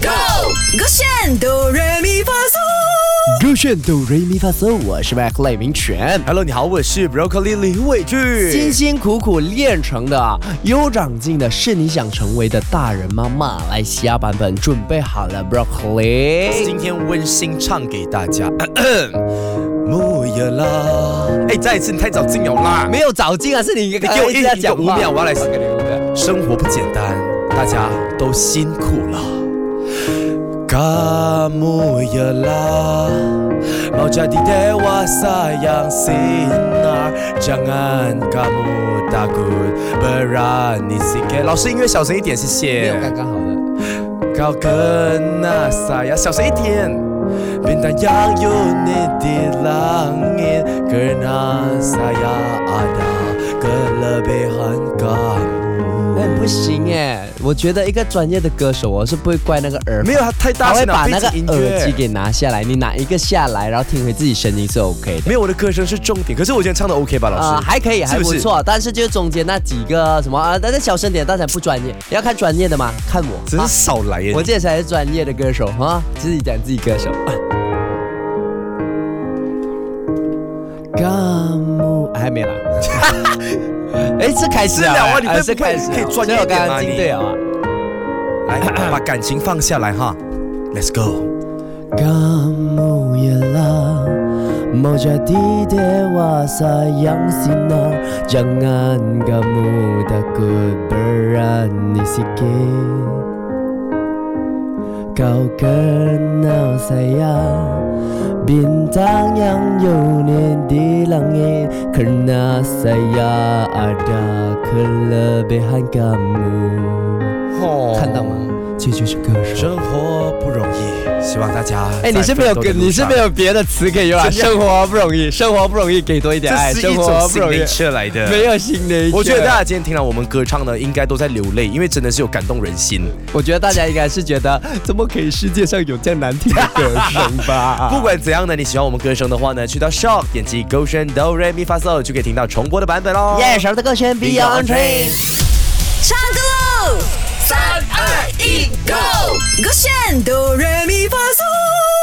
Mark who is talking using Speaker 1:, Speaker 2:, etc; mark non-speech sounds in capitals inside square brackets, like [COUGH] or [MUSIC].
Speaker 1: Go，勾选哆来咪发嗦。
Speaker 2: 入选哆瑞咪发嗦，我是 Mac 赖明全。
Speaker 3: Hello，你好，我是 Broccoli 李伟
Speaker 2: 辛
Speaker 3: 俊。
Speaker 2: 辛苦苦练成的啊，有长进的是你想成为的大人吗？马来西亚版本准备好了，Broccoli。
Speaker 3: 今天温馨唱给大家。木叶啦，哎，再一次你太早进了啦！
Speaker 2: 没有早进啊，是你
Speaker 3: 你
Speaker 2: 给
Speaker 3: 给我一
Speaker 2: 下
Speaker 3: 一个
Speaker 2: 讲
Speaker 3: 五
Speaker 2: 话
Speaker 3: 秒，我要来给你五秒。生活不简单，大家都辛苦了。Kamu ialah Mau jadi dewasa yang sinar Jangan 啊 kamu takut Berani sikit 老师音乐小声一点谢
Speaker 2: 没
Speaker 3: 谢
Speaker 2: 有刚刚好的。
Speaker 3: Kau kena saya小声一点 Bintang yang unik di langit Kerana saya ada kelebihan kamu
Speaker 2: 那不行哎，我觉得一个专业的歌手哦，我是不会怪那个耳，
Speaker 3: 没有，他太大
Speaker 2: 他会
Speaker 3: 声了，
Speaker 2: 把那个
Speaker 3: 背景音
Speaker 2: 耳机
Speaker 3: 乐。
Speaker 2: 给拿下来，你拿一个下来，然后听回自己声音是 OK 的。
Speaker 3: 没有，我的歌声是重点，可是我今天唱的 OK 吧，老师？
Speaker 2: 呃，还可以，还
Speaker 3: 是
Speaker 2: 不
Speaker 3: 是
Speaker 2: 错，但是就中间那几个什么啊，大家小声点，大家不专业，要看专业的吗？看我，
Speaker 3: 只是
Speaker 2: 啊
Speaker 3: 少来耶。
Speaker 2: 我这才是专业的歌手哈，自己讲自己
Speaker 3: [LAUGHS]
Speaker 2: 歌手。Kamu 还
Speaker 3: [LAUGHS]
Speaker 2: 没来，哎，是开始
Speaker 3: 是了啊你
Speaker 2: 哎
Speaker 3: 会
Speaker 2: 是
Speaker 3: 不会
Speaker 2: 开始了，
Speaker 3: 可以
Speaker 2: 所我
Speaker 3: 专业一点
Speaker 2: 刚刚
Speaker 3: 吗
Speaker 2: 进
Speaker 3: 你
Speaker 2: 对了啊。
Speaker 3: 来，把感情放下来哈，Let's go。
Speaker 2: Kamu ialah Mau jadi dewasa yang sinar Jangan kamu takut berani sikit Kau kenal saya Bintang yang unik di langit Kerana saya ada kelebihan kamu
Speaker 3: 哦
Speaker 2: 哦看到吗？这就是歌手。
Speaker 3: 生活不容易，希望大家。
Speaker 2: 哎，你是没有跟你是没。有别的词可以用啊？
Speaker 3: 怎样
Speaker 2: 生活不容易，生活不容易，给多一点爱，
Speaker 3: 这是一
Speaker 2: 生
Speaker 3: 种
Speaker 2: 活不
Speaker 3: 新
Speaker 2: 容易，
Speaker 3: nature 来的。
Speaker 2: 没有新的。
Speaker 3: 我觉得大，家今天听了我们歌唱呢，应该都在流泪，因为真的是有感动人心。
Speaker 2: 我觉得大家应该是觉得，怎么可以世界上有这样难听的歌声吧？
Speaker 3: [LAUGHS] 不管怎样呢，你喜欢我们歌声的话呢，去到 Shock 点击勾选 Do Re Mi Fa So 就可以听到重播的版本喽。
Speaker 2: 夜神的歌声
Speaker 3: Beyond Train
Speaker 1: 唱歌喽！三二一，Go，勾选哆来咪发嗦。